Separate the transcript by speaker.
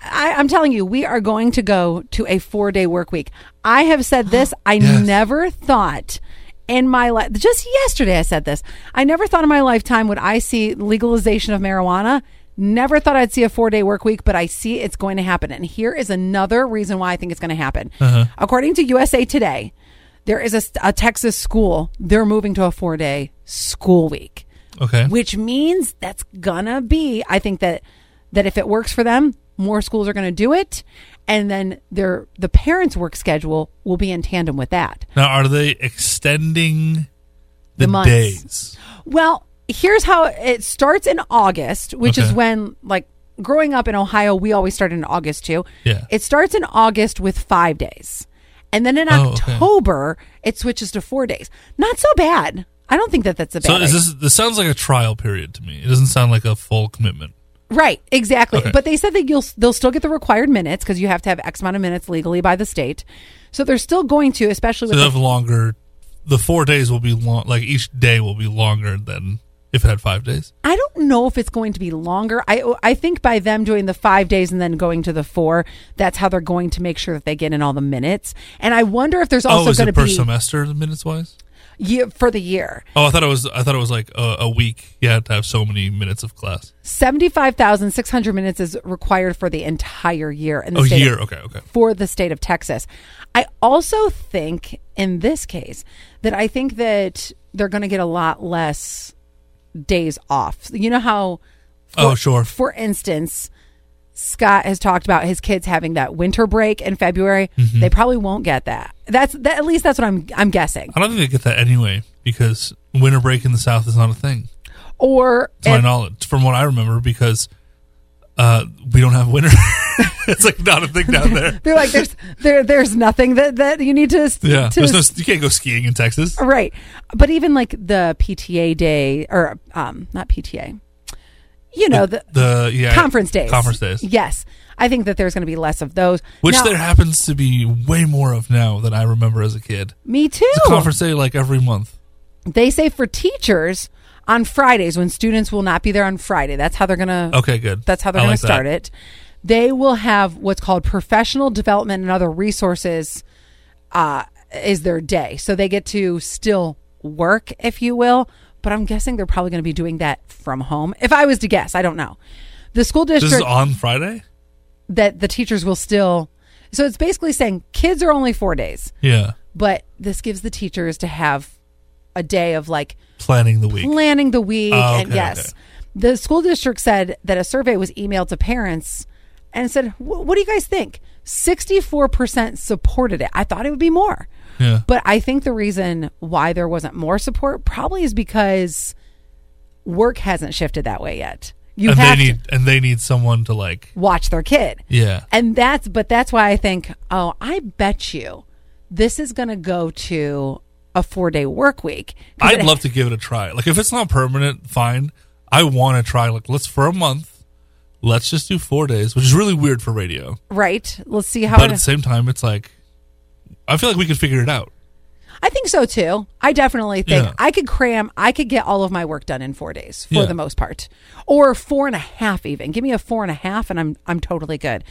Speaker 1: I, I'm telling you, we are going to go to a four day work week. I have said this. I
Speaker 2: Yes.
Speaker 1: never thought in my life, just yesterday I said this. I never thought in my lifetime would I see legalization of marijuana. Never thought I'd see a four day work week, but I see it's going to happen. And here is another reason why I think it's going to happen. According to USA Today, there is a, st- a Texas school, they're moving to a four day school week
Speaker 2: Okay.
Speaker 1: which means that's gonna be i think that that if it works for them more schools are gonna do it and then their the parents work schedule will be in tandem with that
Speaker 2: now, are they extending the,
Speaker 1: The months.
Speaker 2: days?
Speaker 1: well here's how it starts in august which is
Speaker 2: Okay.
Speaker 1: when like growing up in ohio we always started in august too
Speaker 2: Yeah.
Speaker 1: it starts in august with five days and then in
Speaker 2: Oh, okay.
Speaker 1: october it switches to four days not so bad i don't think that that's a bad
Speaker 2: So is
Speaker 1: idea.
Speaker 2: this this sounds like a trial period to me. It doesn't sound like a full commitment.
Speaker 1: Right, exactly.
Speaker 2: Okay.
Speaker 1: But they said that you'll they'll still get the required minutes because you have to have X amount of minutes legally by the state. So they're still going to, especially
Speaker 2: So
Speaker 1: with
Speaker 2: they
Speaker 1: the-
Speaker 2: have longer. The four days will be long. Like each day will be longer than if it had five days.
Speaker 1: I don't know if it's going to be longer. I I think by them doing the 5 days and then going to the 4, that's how they're going to make sure that they get in all the minutes. And I wonder if there's
Speaker 2: oh,
Speaker 1: also
Speaker 2: is
Speaker 1: going to
Speaker 2: it per
Speaker 1: be
Speaker 2: semester minutes wise?
Speaker 1: year, for the year.
Speaker 2: Oh, I thought it was. I thought it was like a, a week. You had to have so many minutes of class.
Speaker 1: 75,600 minutes is required for the entire year in the
Speaker 2: Oh,
Speaker 1: state of
Speaker 2: year. Okay, okay.
Speaker 1: for the state of Texas. I also think in this case that I think that they're going to get a lot less days off. You know how
Speaker 2: Oh, sure.
Speaker 1: for instance, Scott has talked about his kids having that winter break in February.
Speaker 2: Mm-hmm.
Speaker 1: They probably won't get that. That's that, at least that's what I'm I'm guessing.
Speaker 2: I don't think they get that anyway because winter break in the South is not a thing,
Speaker 1: Or
Speaker 2: to my
Speaker 1: if-
Speaker 2: knowledge, from what I remember, because uh, we don't have winter. it's like not a thing down there.
Speaker 1: they're like there's there there's nothing that that you need to
Speaker 2: Yeah,
Speaker 1: to
Speaker 2: there's no. You can't go skiing in Texas.
Speaker 1: Right. But even like the PTA day or um not PTA. You know, the,
Speaker 2: The yeah
Speaker 1: conference days.
Speaker 2: Conference days.
Speaker 1: Yes. I think that there's going to be less of those.
Speaker 2: Which
Speaker 1: Now-
Speaker 2: there happens to be way more of now than I remember as a kid.
Speaker 1: Me too.
Speaker 2: It's a conference day like every month.
Speaker 1: They say for teachers on Fridays when students will not be there on Friday. That's how they're going to
Speaker 2: Okay, good.
Speaker 1: That's how they're
Speaker 2: I
Speaker 1: going
Speaker 2: like
Speaker 1: to start it. They will have what's called professional development and other resources uh, is their day. So they get to still work, if you will. But I'm guessing they're probably going to be doing that from home. If I was to guess, I don't know. The school
Speaker 2: This
Speaker 1: district
Speaker 2: is on Friday.
Speaker 1: that the teachers will still. So it's basically saying kids are only four days,
Speaker 2: Yeah,
Speaker 1: but this gives the teachers to have a day of like
Speaker 2: planning the week.
Speaker 1: planning the week.
Speaker 2: Oh,
Speaker 1: and
Speaker 2: okay,
Speaker 1: yes,
Speaker 2: okay.
Speaker 1: the school district said that a survey was emailed to parents and said, "Wh- "What do you guys think?" Sixty-four percent supported it. I thought it would be more,
Speaker 2: Yeah.
Speaker 1: but I think the reason why there wasn't more support probably is because work hasn't shifted that way yet. You
Speaker 2: and they
Speaker 1: have
Speaker 2: need and they need someone to like
Speaker 1: to watch their kid.
Speaker 2: yeah
Speaker 1: And that's, but that's why I think, oh, I bet you this is going to go to a four day work week. 'Cause
Speaker 2: I'd
Speaker 1: it-
Speaker 2: love to give it a try. Like if it's not permanent, fine. I want to try. Like let's for a month. Let's just do four days, which is really weird for radio.
Speaker 1: Right. Let's see how
Speaker 2: But at
Speaker 1: it,
Speaker 2: the same time, it's like I feel like we could figure it out.
Speaker 1: I think so too. I definitely think
Speaker 2: Yeah.
Speaker 1: I could cram, I could get all of my work done in four days for
Speaker 2: Yeah.
Speaker 1: the most part. Or four and a half even. Give me a four and a half and I'm I'm totally good.